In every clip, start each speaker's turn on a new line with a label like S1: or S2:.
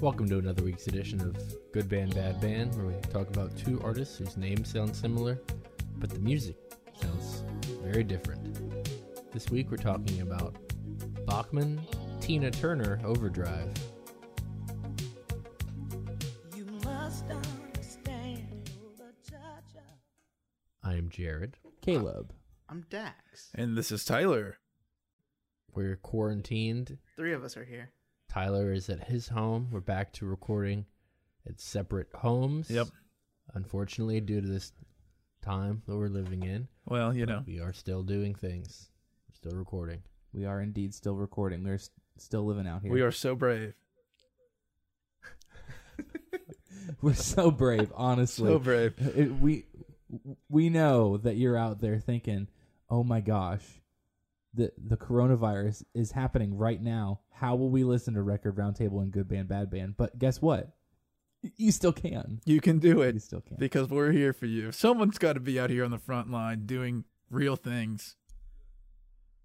S1: Welcome to another week's edition of Good Band, Bad Band, where we talk about two artists whose names sound similar, but the music sounds very different. This week we're talking about Bachman Tina Turner Overdrive.
S2: You must understand the touch of
S1: I am Jared. Uh,
S3: Caleb.
S4: I'm Dax.
S5: And this is Tyler.
S1: We're quarantined.
S4: Three of us are here.
S1: Tyler is at his home. We're back to recording at separate homes.
S5: Yep.
S1: Unfortunately, due to this time that we're living in,
S5: Well, you know,
S1: we are still doing things. We're still recording.
S3: We are indeed still recording. We're s- still living out here.
S5: we are so brave.
S3: We're so brave, honestly.
S5: So brave.
S3: It- we we know that you're out there thinking, "Oh my gosh, the the coronavirus is happening right now. How will we listen to Record Roundtable and Good Band Bad Band?" But guess what? Y- You still can.
S5: You can do
S3: You
S5: it
S3: still can.
S5: because we're here for you. Someone's got to be out here on the front line doing real things.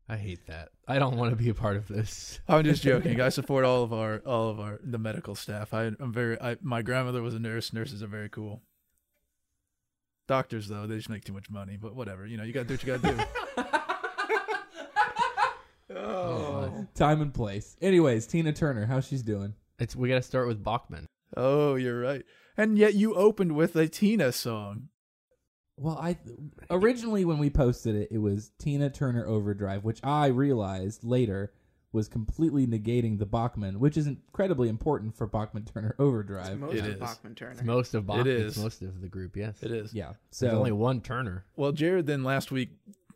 S1: I hate that. I don't want to be a part of this.
S5: I'm just joking. I support all of our all of our the medical staff. I, I'm very. I, my grandmother was a nurse. Nurses are very cool. Doctors though, they just make too much money. But whatever. You know, you got to do what you got to do.
S1: Oh.
S3: Time and place. Anyways, Tina Turner, how she's doing?
S1: It's we got to start with Bachman.
S5: oh, you're right. And yet you opened with a Tina song.
S3: Well, I originally when we posted it, it was Tina Turner Overdrive, which I realized later was completely negating the Bachman, which is incredibly important for Bachman Turner
S4: It's
S3: Overdrive.
S4: most
S5: It
S4: of
S5: is.
S4: Bachman Turner.
S1: It's most of Bachman.
S5: is.
S1: It's most of the group. Yes,
S5: It is.
S3: Yeah.
S1: There's
S3: So
S1: only one Turner.
S5: Well, Jared then last week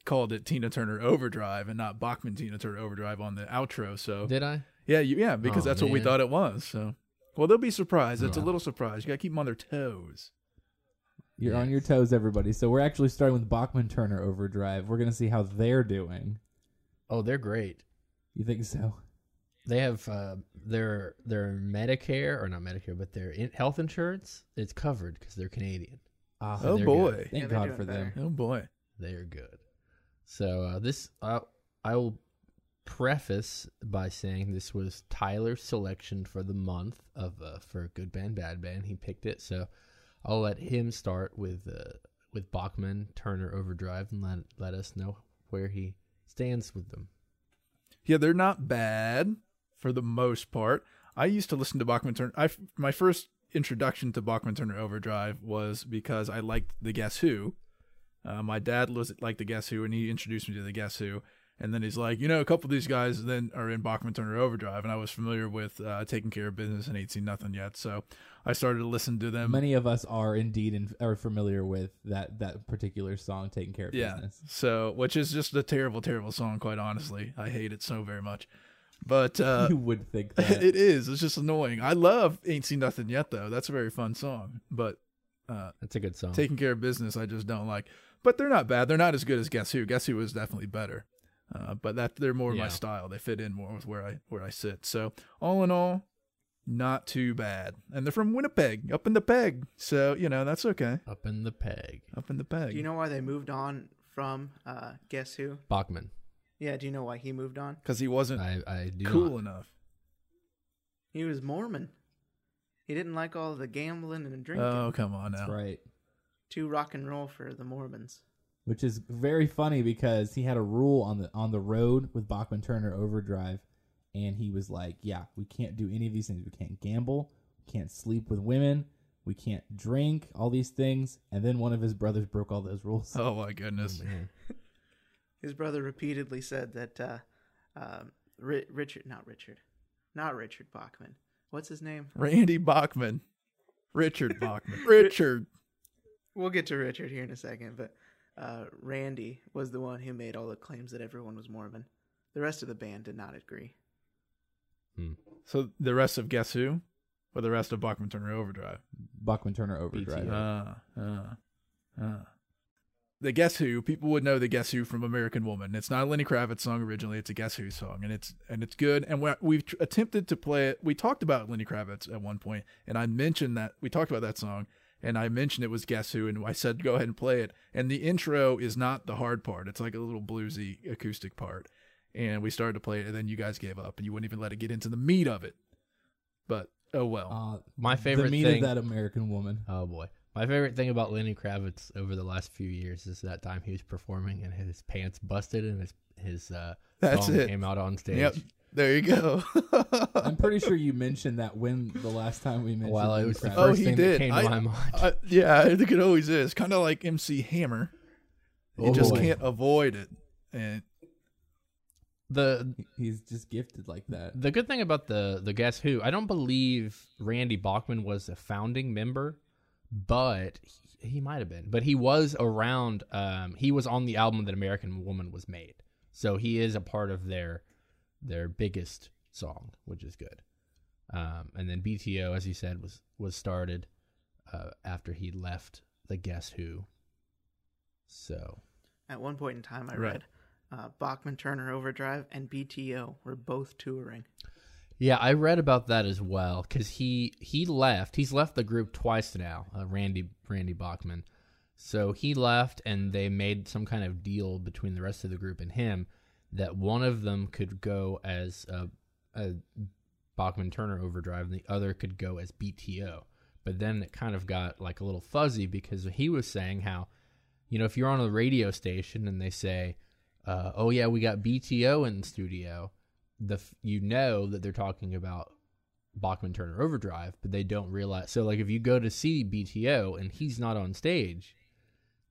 S5: called it Tina Turner Overdrive and not Bachman Tina Turner Overdrive on the outro. So
S1: Did I?
S5: yeah, you, yeah, because
S1: Aw,
S5: that's what we
S1: man.
S5: thought it was. So well, they'll be surprised. It's a
S1: Wow.
S5: little surprise. You got to keep them on their toes.
S3: you're on your toes, everybody. So we're actually starting with Bachman Turner Overdrive. We're gonna see how they're doing.
S1: Oh, they're great.
S3: You think so?
S1: They have uh, their their Medicare or not Medicare, but their in- health insurance. It's covered because they're Canadian.
S3: Ah,
S5: oh
S1: they're
S5: boy.
S3: thank
S4: Yeah, they're
S3: God
S4: doing
S3: for them.
S5: Oh boy.
S1: They are good. So uh, this I I will preface by saying this was Tyler's selection for the month of uh, for good band bad band. He picked it, so I'll let him start with uh, with Bachman Turner Overdrive and let let us know where he stands with them.
S5: Yeah, they're not bad for the most part. I used to listen to Bachman Turner. I f- my first introduction to Bachman Turner Overdrive was because I liked the Guess Who. Uh, my dad was liked the Guess Who, and he introduced me to the Guess Who. And then he's like, you know, a couple of these guys then are in Bachman Turner Overdrive, and I was familiar with uh, Taking Care of Business and Ain't Seen Nothing Yet, so I started to listen to them.
S3: Um, Many of us are indeed in, are familiar with that that particular song, taking care of
S5: yeah,
S3: business.
S5: so which is just a terrible, terrible song, quite honestly. I hate it so very much, but uh,
S3: you would think that
S5: it is. It's just annoying. I love Ain't Seen Nothing Yet though. That's a very fun song. But uh
S1: That's a good song.
S5: taking care of business I just don't like. But they're not bad. They're not as good as Guess Who. Guess Who is definitely better. Uh, but that they're more
S1: Yeah.
S5: my style. They fit in more with where I where I sit. So all in all, not too bad. And they're from Winnipeg, up in the peg. So, you know, that's okay.
S1: Up in the peg,
S5: Up in the peg.
S4: Do you know why they moved on from uh, Guess Who?
S1: Bachman.
S4: Yeah, do you know why he moved on?
S5: cuz he wasn't
S1: I I do
S5: cool
S1: not.
S5: enough.
S4: He was Mormon. He didn't like all the gambling and drinking.
S5: Oh, come on now.
S3: that's right.
S4: Too rock and roll for the Mormons.
S3: which is very funny because he had a rule on the on the road with Bachman Turner Overdrive, and he was like, "Yeah, we can't do any of these things. We can't gamble, we can't sleep with women, we can't drink, all these things." And then one of his brothers broke all those rules.
S5: Oh my goodness.
S1: Man.
S4: His brother repeatedly said that uh, um Ri- Richard, not Richard, not Richard Bachman. What's his name?
S5: Randy Bachman. Richard Bachman. Richard.
S4: We'll get to Richard here in a second, but uh, Randy was the one who made all the claims that everyone was Mormon. The rest of the band did not agree.
S5: So the rest of Guess Who? Or the rest of Bachman Turner Overdrive?
S3: Bachman Turner Overdrive.
S5: Uh, uh, uh. The Guess Who, people would know the Guess Who from American Woman. It's not a Lenny Kravitz song originally, it's a Guess Who song, and it's and it's good. And we're, we've tr- attempted to play it. We talked about Lenny Kravitz at one point, and I mentioned that we talked about that song, and I mentioned it was Guess Who, and I said go ahead and play it. And the intro is not the hard part; it's like a little bluesy acoustic part. And we started to play it, and then you guys gave up, and you wouldn't even let it get into the meat of it. But Oh well.
S3: Uh,
S1: My favorite
S3: the meat
S1: thing.
S3: of that American woman.
S1: Oh boy. My favorite thing about Lenny Kravitz over the last few years is that time he was performing and his pants busted and his his uh,
S5: That's
S1: song
S5: it.
S1: came out on stage
S5: Yep. There you go.
S3: I'm pretty sure you mentioned that when the last time we mentioned.
S1: Well, it
S3: Lenny
S1: was the
S3: Kravitz.
S5: Oh,
S1: first
S5: he
S1: thing
S5: did.
S1: that came
S5: I-
S1: to my mind.
S5: I, Uh, yeah, I think it always is. Kind of like MC Hammer. You
S1: Oh,
S5: just
S1: boy.
S5: can't avoid it. And
S1: the
S3: He's just gifted like that.
S1: the good thing about the the Guess Who, I don't believe Randy Bachman was a founding member, but he, he might have been. But he was around. Um, he was on the album that American Woman was made, so he is a part of their their biggest song, which is good. Um, and then BTO, as you said, was was started uh, after he left the Guess Who. So
S4: At one point in time, I
S5: Right.
S4: read uh, Bachman Turner Overdrive and BTO were both touring.
S1: Yeah, I read about that as well because he he left. He's left the group twice now. Uh, Randy Randy Bachman. So he left, and they made some kind of deal between the rest of the group and him that one of them could go as a, a Bachman Turner Overdrive, and the other could go as BTO. But then it kind of got like a little fuzzy because he was saying how, you know, if you're on a radio station and they say, uh, "Oh yeah, we got BTO in the studio," the f- you know that they're talking about Bachman Turner Overdrive, but they don't realize. So like if you go to see BTO and he's not on stage,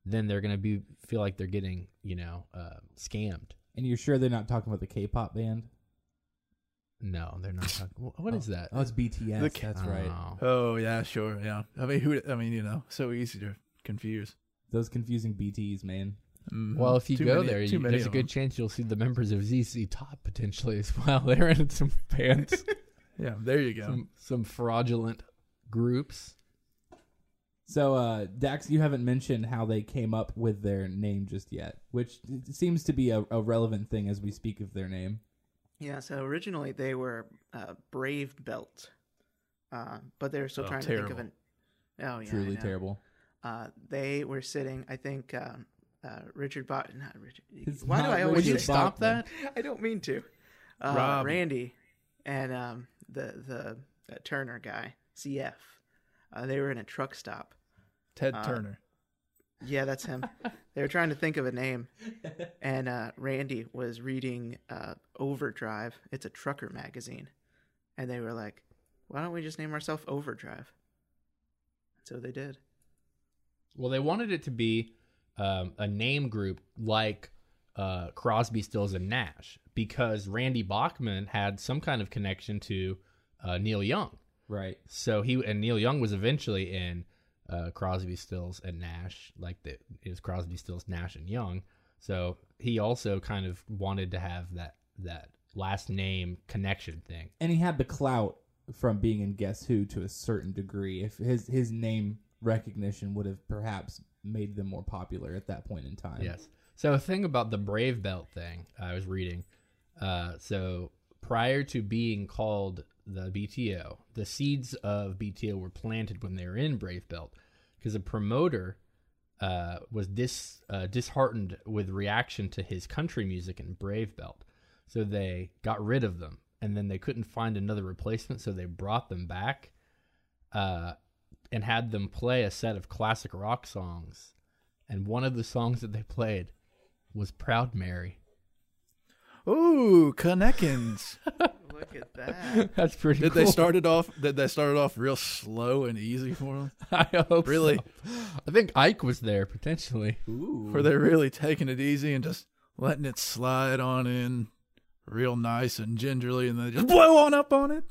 S1: then they're gonna be feel like they're getting you know uh, scammed.
S3: And you're sure they're not talking about the K-pop band?
S1: No, they're not. Talking, wh- what is that?
S3: Oh, it's BTS.
S5: The K-
S3: That's right.
S1: Oh.
S5: oh yeah, sure, yeah. I mean, who? I mean, you know, so easy to confuse.
S3: Those confusing BTS, man.
S5: Mhm.
S1: Well, if you
S5: Too
S1: go
S5: many-
S1: there,
S5: too
S1: you,
S5: many
S1: there's a
S5: of
S1: good chance you'll see the members of ZZ Top potentially as well. They're in some pants,
S5: them. Yeah, there you go.
S1: some, some fraudulent groups.
S3: So, uh, Dax, you haven't mentioned how they came up with their name just yet, which it seems to be a, a relevant thing as we speak of their name.
S4: Yeah, so originally they were uh, Brave Belt, uh, but they were still
S5: Oh,
S4: trying to think
S5: terrible.
S4: of an. Oh yeah, I
S3: Truly
S4: know.
S3: terrible.
S4: Uh, they were sitting. I think um, uh, Richard Bot, not Richard.
S3: It's
S4: why do
S3: not
S4: I
S1: Would
S4: always
S1: you
S3: Richard
S4: say-
S1: stop
S3: Bachman.
S1: that?
S4: I don't mean to. Uh,
S5: Rob.
S4: Randy and um, the the uh, Turner guy, CF. Uh, they were in a truck stop.
S5: Ted
S4: uh,
S5: Turner.
S4: Yeah, that's him. they were trying to think of a name, and uh, Randy was reading uh, Overdrive. It's a trucker magazine, and they were like, "Why don't we just name ourselves Overdrive?" So they did.
S1: Well, they wanted it to be um, a name group like uh, Crosby, Stills, and Nash because Randy Bachman had some kind of connection to uh, Neil Young.
S3: Right.
S1: So he and Neil Young was eventually in uh, Crosby, Stills, and Nash. Like the, it was Crosby, Stills, Nash, and Young. So he also kind of wanted to have that that last name connection thing.
S3: And he had the clout from being in Guess Who to a certain degree. If his his name recognition would have perhaps made them more popular at that point in time.
S1: Yes. So a thing about the Brave Belt thing I was reading. Uh, so prior to being called the BTO, the seeds of BTO were planted when they were in Brave Belt because a promoter uh, was dis uh, disheartened with reaction to his country music in Brave Belt, so they got rid of them, and then they couldn't find another replacement, so they brought them back. Uh, and had them play a set of classic rock songs and one of the songs that they played was Proud Mary.
S5: Ooh, Connections.
S4: Look at that.
S1: That's pretty
S5: did
S1: cool.
S5: they started off? Did they started off real slow and easy for them?
S1: I hope
S5: Really?
S1: so. I think Ike was there potentially.
S3: Ooh.
S5: Were they really taking it easy and just letting it slide on in, real nice and gingerly, and then just blow on up on it?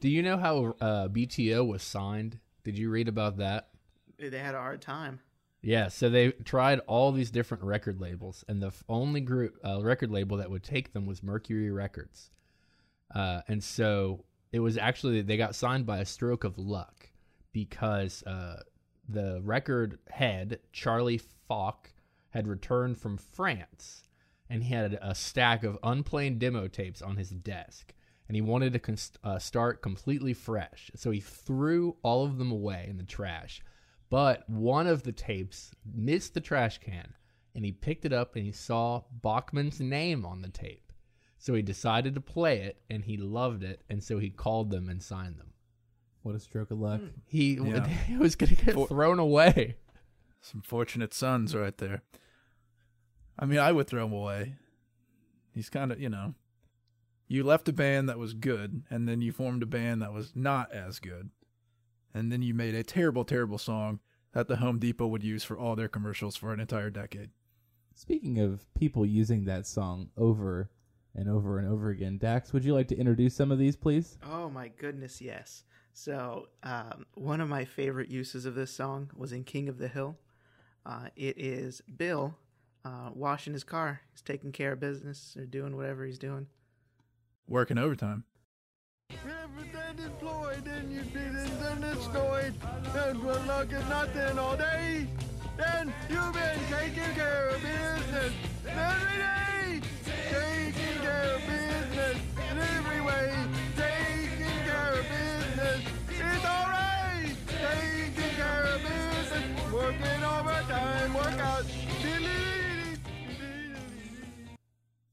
S1: Do you know how uh, BTO was signed? Did you read about that?
S4: they had a hard time.
S1: Yeah, so they tried all these different record labels, and the f- only group uh, record label that would take them was Mercury Records. Uh, and so it was actually they got signed by a stroke of luck because uh, the record head Charlie Falk had returned from France, and he had a stack of unplayed demo tapes on his desk, and he wanted to cons- uh, start completely fresh. So he threw all of them away in the trash but one of the tapes missed the trash can and he picked it up and he saw Bachman's name on the tape. So he decided to play it and he loved it. And so he called them and signed them.
S3: What a stroke of
S4: Hmm.
S3: luck.
S1: He
S5: Yeah.
S1: it was going to get
S5: For-
S1: thrown away.
S5: Some fortunate sons right there. I mean, I would throw him away. He's kind of, you know, you left a band that was good, and then you formed a band that was not as good, and then you made a terrible, terrible song that the Home Depot would use for all their commercials for an entire decade.
S3: Speaking of people using that song over and over and over again, Dax, would you like to introduce some of these, please?
S4: Oh my goodness, yes. So um, one of my favorite uses of this song was in King of the Hill. Uh, it is Bill uh, washing his car. He's taking care of business or doing whatever he's doing.
S5: Working overtime.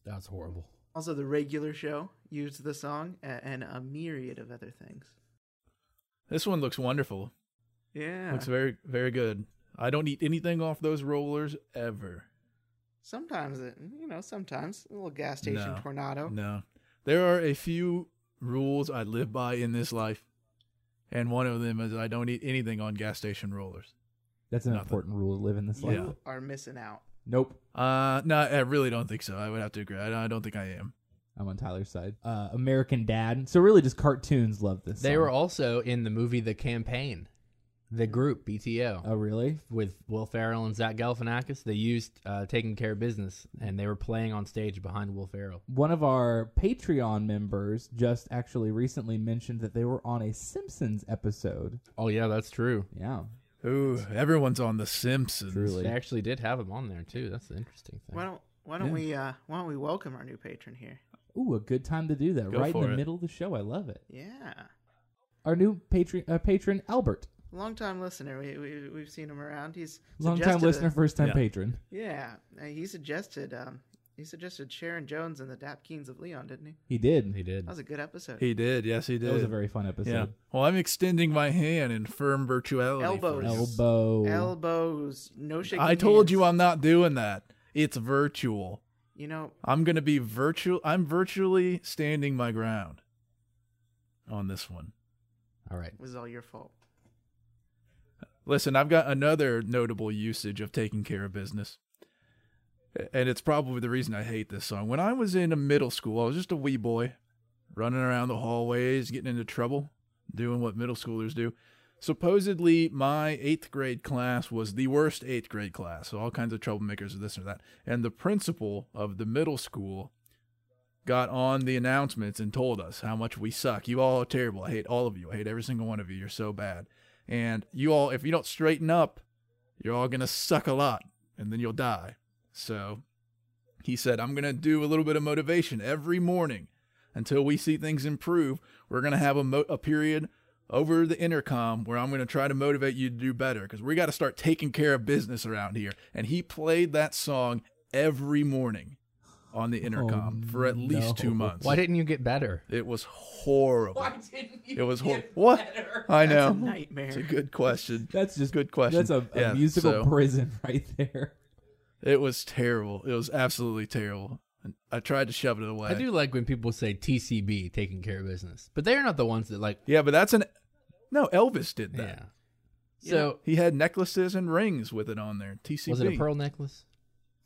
S1: That was horrible.
S4: Also, the regular show used the song a- and a myriad of other things.
S5: This one looks wonderful.
S4: Yeah.
S5: Looks very, very good. I don't eat anything off those rollers ever.
S4: Sometimes it, you know, sometimes a little gas station
S5: No.
S4: tornado.
S5: No. There are a few rules I live by in this life. And one of them is I don't eat anything on gas station rollers.
S3: That's an
S5: Nothing.
S3: important rule to live in this
S4: You
S3: life.
S5: Yeah.
S4: are missing out.
S3: Nope.
S5: Uh, no, I really don't think so. I would have to agree. I I don't think I am.
S3: I'm on Tyler's side. Uh, American Dad. So really, just cartoons love this.
S1: They
S3: song.
S1: were also in the movie The Campaign, the group BTO
S3: Oh, really?
S1: with Will Ferrell and Zach Galifianakis. They used uh, "Taking Care of Business" and they were playing on stage behind Will Ferrell.
S3: One of our Patreon members just actually recently mentioned that they were on a Simpsons episode.
S1: Oh yeah, that's true.
S3: Yeah,
S5: Ooh, everyone's on The Simpsons.
S3: truly.
S1: They actually did have him on there too. That's the interesting thing.
S4: Why don't why don't we uh why don't we welcome our new patron here?
S3: Ooh, a good time to do that
S5: Go
S3: right in
S5: for
S3: the
S5: it.
S3: middle of the show. I love it.
S4: Yeah.
S3: Our new patron, uh, patron Albert,
S4: Long time listener. We, we we've seen him around. He's
S3: long time
S4: suggested a-
S3: listener, first time
S5: Yeah.
S3: patron.
S4: yeah, uh, he suggested um he suggested Sharon Jones and the Dapkins of Leon, didn't he?
S3: He did.
S1: he did?
S4: That was a good episode.
S5: He did. Yes, he did.
S3: That was a very fun
S5: yeah.
S3: episode.
S5: Well, I'm extending my hand in firm virtuality.
S4: Elbows.
S5: for you.
S3: Elbow.
S5: oh.
S4: Elbows, no shaking.
S5: I told you
S4: hands.
S5: I'm not doing that. It's virtual.
S4: You know,
S5: I'm gonna be virtual. I'm virtually standing my ground on this one.
S1: All right.
S4: it was all your fault.
S5: Listen, I've got another notable usage of taking care of business. And it's probably the reason I hate this song. When I was in middle school, I was just a wee boy running around the hallways, getting into trouble, doing what middle schoolers do. Supposedly, my eighth grade class was the worst eighth grade class. So, all kinds of troublemakers, this or that. And the principal of the middle school got on the announcements and told us how much we suck. You all are terrible. I hate all of you. I hate every single one of you. You're so bad. And you all, if you don't straighten up, you're all going to suck a lot and then you'll die. So he said, I'm going to do a little bit of motivation every morning until we see things improve. We're going to have a, mo- a period over the intercom where I'm going to try to motivate you to do better because we got to start taking care of business around here. And he played that song every morning on the intercom for at least
S3: no.
S5: two months.
S1: Oh, Why didn't you get better?
S5: It was horrible.
S1: didn't you?
S5: It was horrible. What? I know.
S4: That's a nightmare.
S5: It's a good question.
S3: That's just
S5: Good question.
S3: That's a, a
S5: Yeah,
S3: musical
S5: so-
S3: prison right there.
S5: It was terrible. It was absolutely terrible. And I tried to shove it away.
S1: I do like when people say TCB, taking care of business, but they are not the ones that like.
S5: Yeah, but that's an no. Elvis did that.
S1: Yeah. So
S5: He had necklaces and rings with it on there. TCB.
S1: was it a pearl necklace?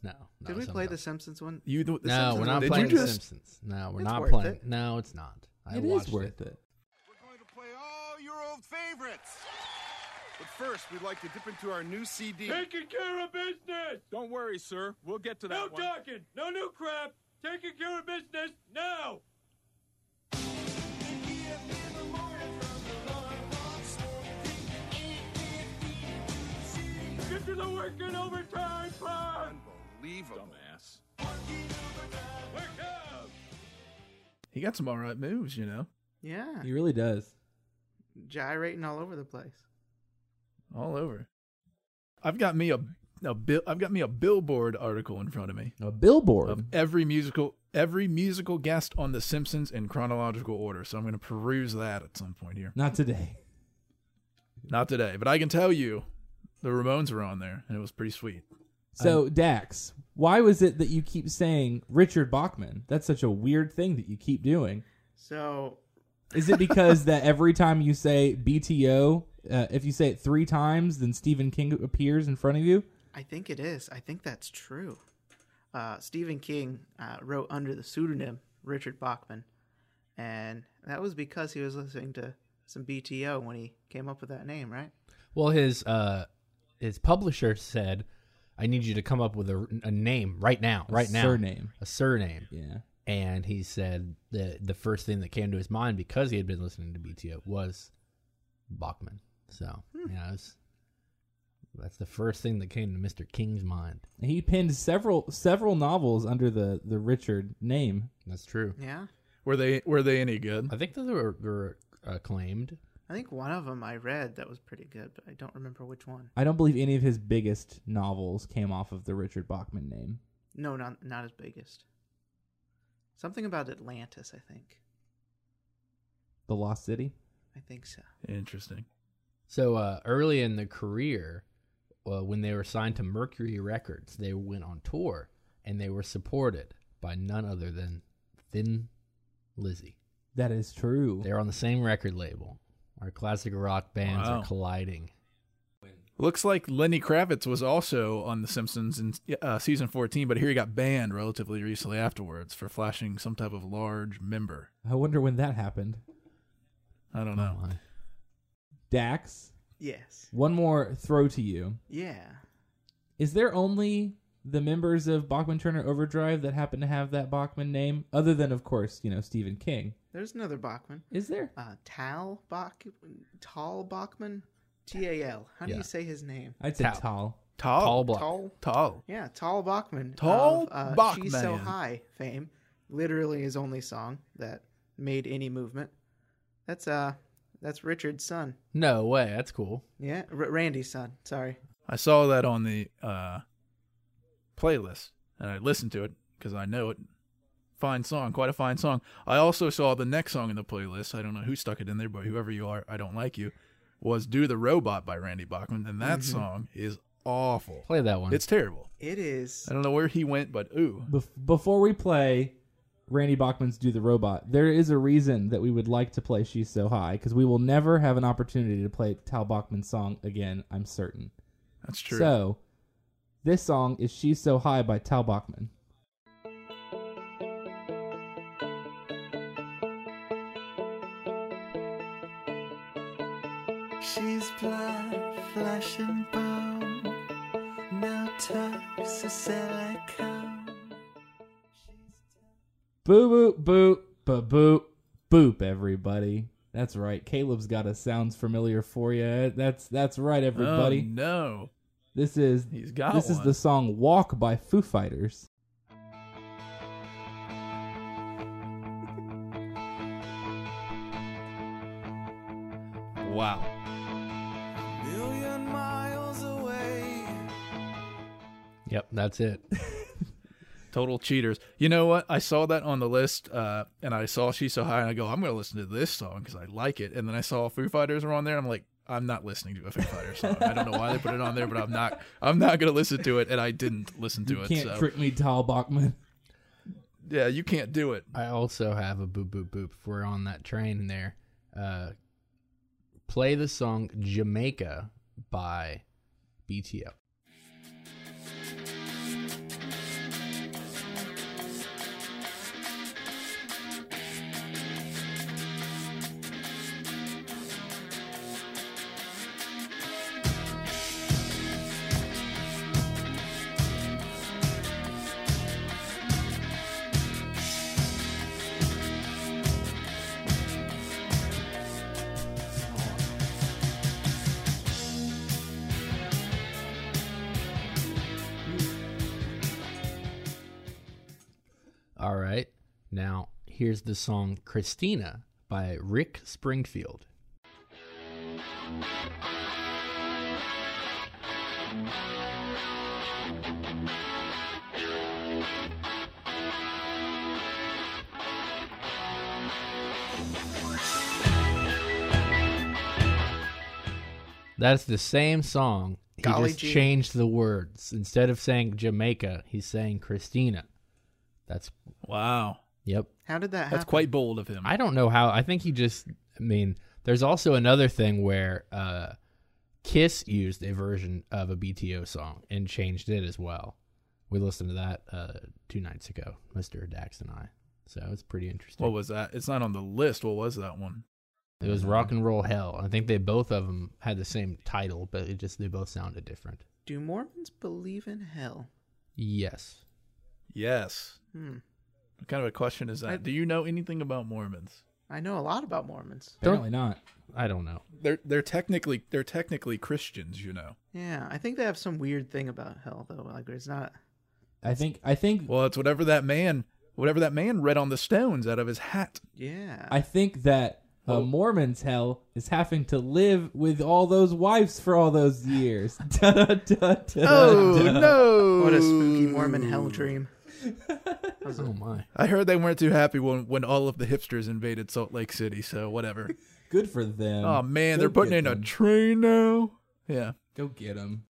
S1: No. no,
S4: Did we
S1: something
S4: play
S1: else.
S4: The Simpsons one?
S5: You the, the
S1: No,
S5: Simpsons
S1: we're
S5: one.
S1: not
S5: Did
S1: playing
S5: you
S1: The
S5: just?
S1: Simpsons. No, we're
S4: It's
S1: not
S4: worth
S1: playing.
S4: it.
S1: No, it's not. I
S3: it
S1: watched
S3: is worth it.
S6: We're going to play all your old favorites. But first, we'd like to dip into our new CD.
S7: Taking care of business.
S6: Don't worry, sir. We'll get to that
S7: No
S6: one.
S7: talking. No new crap. Taking care of business now. Get to the working overtime plan.
S6: Unbelievable.
S7: Work out.
S5: He got some all right moves, you know.
S4: Yeah,
S3: He really does.
S4: gyrating all over the place.
S5: All over. I've got me a a bill. I've got me a billboard article in front of me
S3: A billboard.
S5: of every musical, every musical guest on The Simpsons in chronological order. So I'm going to peruse that at some point here.
S3: Not today.
S5: Not today, but I can tell you the Ramones were on there, and it was pretty sweet.
S3: So Dax, why was it that you keep saying Richard Bachman? That's such a weird thing that you keep doing.
S4: So
S3: Is it because that every time you say BTO, uh, if you say it three times, then Stephen King appears in front of you?
S4: I think it is. I think that's true. Uh, Stephen King uh, wrote under the pseudonym Richard Bachman, and that was because he was listening to some BTO when he came up with that name, right?
S1: Well, his uh, his publisher said, "I need you to come up with a, a name right now, right now,
S3: Surname.
S1: a surname."
S3: Yeah.
S1: And he said that the first thing that came to his mind because he had been listening to BTO was Bachman. So yeah, it was, that's the first thing that came to Mister King's mind.
S3: He penned several several novels under the the Richard name.
S1: That's true.
S4: Yeah.
S5: Were they were they any good?
S1: I think those were, were acclaimed.
S4: I think one of them I read that was pretty good, but I don't remember which one.
S3: I don't believe any of his biggest novels came off of the Richard Bachman name.
S4: No, not not his biggest. Something about Atlantis, I think.
S3: The Lost City.
S4: I think so.
S5: Interesting.
S1: So uh, early in their career, uh, when they were signed to Mercury Records, they went on tour and they were supported by none other than Thin Lizzy.
S3: That is true.
S1: They're on the same record label. Our classic rock bands
S5: Wow.
S1: are colliding.
S5: Looks like Lenny Kravitz was also on The Simpsons in uh, season 14, but here he got banned relatively recently afterwards for flashing some type of large member.
S3: I wonder when that happened.
S5: I don't know.
S1: Oh, my.
S3: Dax,
S4: Yes.
S3: one more throw to you.
S4: Yeah.
S3: Is there only the members of Bachman Turner Overdrive that happen to have that Bachman name, other than of course you know Stephen King?
S4: There's another Bachman.
S3: Is there?
S4: Uh, Tal Bach, Tal Bachman, T A L. How do
S1: Yeah.
S4: you say his name?
S3: I'd say
S1: Tal.
S3: Tal.
S5: Tall.
S1: Paul Block.
S4: Tall.
S5: Tall.
S4: Yeah, Tal Bachman.
S5: Tal
S4: of, uh, She's So
S5: Bachman.
S4: High fame. Literally his only song that made any movement. That's uh, that's Richard's son.
S1: No way. That's cool.
S4: Yeah, R- Randy's son. Sorry.
S5: I saw that on the uh, playlist, and I listened to it because I know it. Fine song, quite a fine song. I also saw the next song in the playlist. I don't know who stuck it in there, but whoever you are, I don't like you. Was "Do the Robot" by Randy Bachman, and that
S3: Mm-hmm.
S5: song is awful.
S1: Play that one.
S5: It's terrible.
S4: It is.
S5: I don't know where he went, but ooh,
S3: Bef- before we play Randy Bachman's Do the Robot, there is a reason that we would like to play She's So High because we will never have an opportunity to play Tal Bachman's song again, I'm certain.
S5: that's true.
S3: So, this song is She's So High by Tal Bachman.
S8: She's blind, flesh and bone. No toxicity.
S3: Boo, boop, boop, ba boop, boop, everybody. That's right. Caleb's got a sounds familiar for you. That's that's right,
S5: Oh,
S3: everybody.
S5: no,
S3: This is
S5: he's got
S3: this is
S5: one.
S3: the song Walk by Foo Fighters.
S5: wow.
S8: Million miles away.
S1: yep, that's it.
S5: Total cheaters. You know what? I saw that on the list, uh, and I saw She's So High, and I go, I'm going to listen to this song because I like it. And then I saw Foo Fighters were on there. And I'm like, I'm not listening to a Foo Fighters song. I don't know why they put it on there, but I'm not. I'm not going to listen to it, and I didn't listen to
S3: you
S5: it.
S3: can't
S5: So
S3: trick me, Tal Bachman.
S5: yeah, you can't do it.
S1: I also have a boop boop boop. If we're on that train there, uh, play the song Jamaica by BTO. All right. Now, here's the song Christina by Rick Springfield. That's the same song. He
S4: Golly
S1: just
S4: gee.
S1: changed the words. Instead of saying Jamaica, he's saying Christina. That's
S5: Wow.
S1: yep.
S4: How did that happen?
S5: That's quite bold of him.
S1: I don't know how. I think he just. I mean, there's also another thing where uh, Kiss used a version of a BTO song and changed it as well. We listened to that uh, two nights ago, Mister Dax and I. So it's pretty interesting.
S5: what was that? It's not on the list. What was that one?
S1: It was Rock and Roll Hell. I think they both of them had the same title, but it just they both sounded different.
S4: Do Mormons believe in hell?
S1: Yes.
S5: Yes.
S4: Hmm.
S5: What kind of a question is that?
S4: I-
S5: Do you know anything about Mormons?
S4: I know a lot about Mormons.
S3: Apparently not.
S1: I don't know.
S5: They're they're technically they're technically Christians, you know.
S4: Yeah, I think they have some weird thing about hell though. Like it's not.
S3: I think. I think.
S5: Well, it's whatever that man whatever that man read on the stones out of his hat.
S4: Yeah.
S3: I think that a
S5: Well-
S3: Mormon's hell is having to live with all those wives for all those years. da, da, da, da,
S5: Oh
S3: da.
S5: no!
S4: what a spooky Mormon hell dream.
S1: Oh my.
S5: I heard they weren't too happy when when all of the hipsters invaded Salt Lake City. So whatever.
S3: Good for them.
S5: oh man,
S3: Go
S5: they're putting
S3: get
S5: in a
S3: them.
S5: train now. Yeah.
S3: Go get them.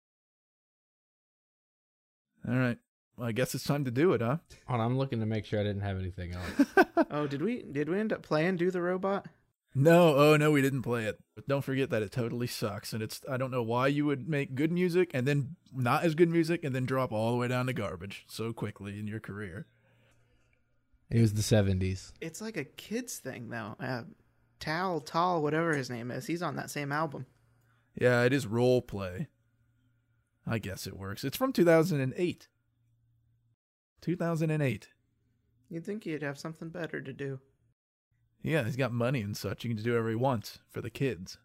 S5: All right. Well, I guess it's time to do it, huh?
S1: Hold on, I'm looking to make sure I didn't have anything else.
S4: Oh, did we did we end up playing Do the Robot?
S5: No, oh no, we didn't play it. But don't forget that it totally sucks, and it's I don't know why you would make good music and then not as good music and then drop all the way down to garbage so quickly in your career.
S1: it was the 70s.
S4: It's like a kids thing though. Uh, Tal Tal, whatever his name is, he's on that same album.
S5: Yeah, it is role play. I guess it works. It's from 2008. 2008.
S4: You'd think he'd have something better to do.
S5: Yeah, he's got money and such. You can do whatever he wants for the kids.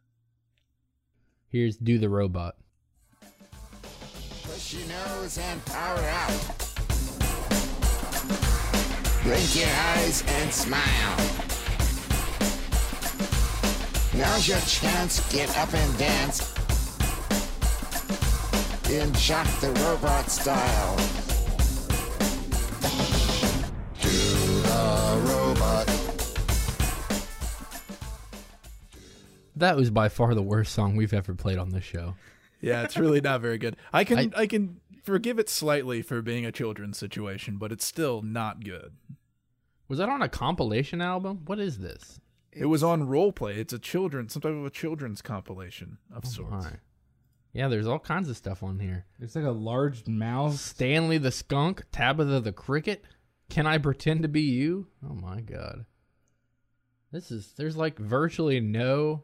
S1: Here's Do the Robot.
S8: Push your nose and power out. Blink your eyes and smile. Now's your chance. Get up and dance. In Jock the Robot style. Do the robot.
S1: That was by far the worst song we've ever played on this show.
S5: Yeah, it's really not very good. I can I can forgive it slightly for being a children's situation, but it's still not good.
S1: Was that on a compilation album? What is this?
S5: It was on Roleplay. It's a children, some type of a children's compilation of sorts.
S1: Hi. Yeah, there's all kinds of stuff on here.
S3: There's like a large
S5: Oh.
S3: mouse.
S1: Stanley the Skunk, Tabitha the Cricket, Can I Pretend to Be You? Oh my god. This is there's like virtually no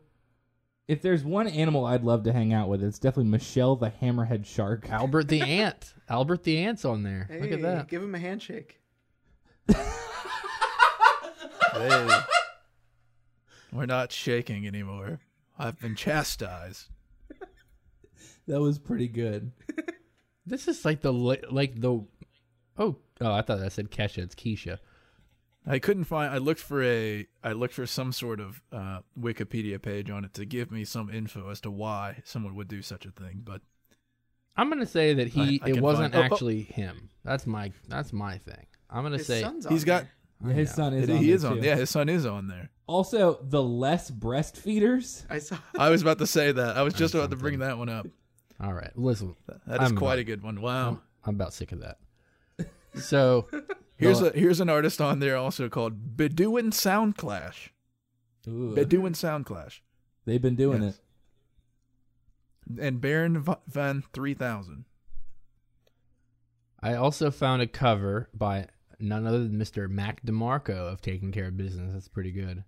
S3: If there's one animal I'd love to hang out with, it's definitely Michelle the Hammerhead Shark.
S1: Albert the Ant. Albert the Ant's on there.
S4: Hey,
S1: Look at that.
S4: give him a handshake.
S5: Hey. We're not shaking anymore. I've been chastised.
S3: That was pretty good.
S1: This is like the la- like the oh oh I thought I said Kesha. It's Keisha.
S5: I couldn't find. I looked for a. I looked for some sort of uh, Wikipedia page on it to give me some info as to why someone would do such a thing. But
S1: I'm gonna say that he
S5: I- I
S1: it
S5: can
S1: wasn't
S5: find- oh, oh.
S1: actually him. That's my that's my thing. I'm gonna
S4: His
S1: say
S4: son's on
S5: he's got.
S4: there.
S3: Yeah, his son is on
S5: Oh, he
S3: there
S5: is on.
S3: too.
S5: Yeah, his son is on there.
S3: Also, the less breastfeeders.
S4: I saw.
S5: I was about to say that. I was just about to bring that one up.
S1: all right. Listen,
S5: That is
S1: I'm
S5: quite
S1: about-
S5: a good one. Wow.
S1: I'm about sick of that. So
S5: Here's a here's an artist on there also called Bedouin Sound Clash.
S3: Ooh,
S5: Bedouin Sound Clash.
S3: they've been doing
S5: Yes. and Baron Va- Van 3000.
S1: I also found a cover by none other than Mr. Mac DeMarco of Taking Care of Business. That's pretty good.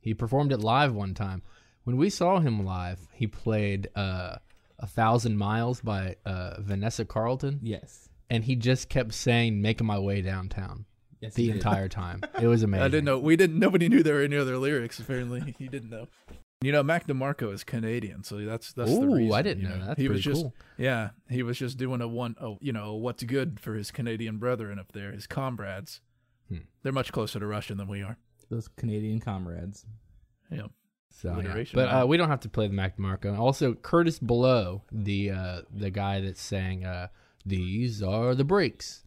S1: He performed it live one time. When we saw him live, he played uh, A Thousand Miles by uh, Vanessa Carlton,
S3: it. Yes.
S1: and he just kept saying, Making My Way Downtown
S3: Yes.
S1: the
S3: he did.
S1: entire time. It was amazing.
S5: I didn't know. We didn't. Nobody knew there were any other lyrics. Apparently, he didn't know. You know, Mac DeMarco is Canadian, so that's that's the
S1: Ooh, I
S5: reason.
S1: didn't
S5: you
S1: know that. That's
S5: he was
S1: pretty
S5: just
S1: cool.
S5: yeah, he was just doing a one, a, you know, a what's good for his Canadian brethren up there, his comrades.
S1: Hmm.
S5: They're much closer to Russian than we are.
S3: Those Canadian comrades.
S5: Yeah,
S1: So, yeah.
S5: Alliteration,
S1: But
S5: huh?
S1: uh, we don't have to play the Mac DeMarco. And also, Curtis Blow, the uh, the guy that sang uh, "These Are the Breaks,"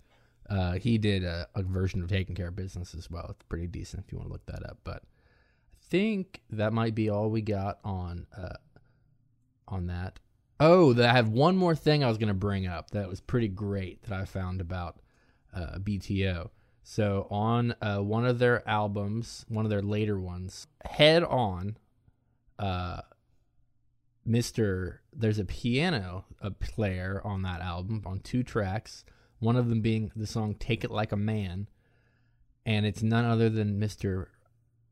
S1: uh, he did a, a version of "Taking Care of Business" as well. It's pretty decent if you want to look that up. But I think that might be all we got on uh, on that. Oh, that I have one more thing I was going to bring up that was pretty great that I found about uh, BTO. So on uh, one of their albums, one of their later ones, Head On, uh, Mister, there's a piano a player on that album on two tracks. One of them being the song "Take It Like a Man," and it's none other than Mister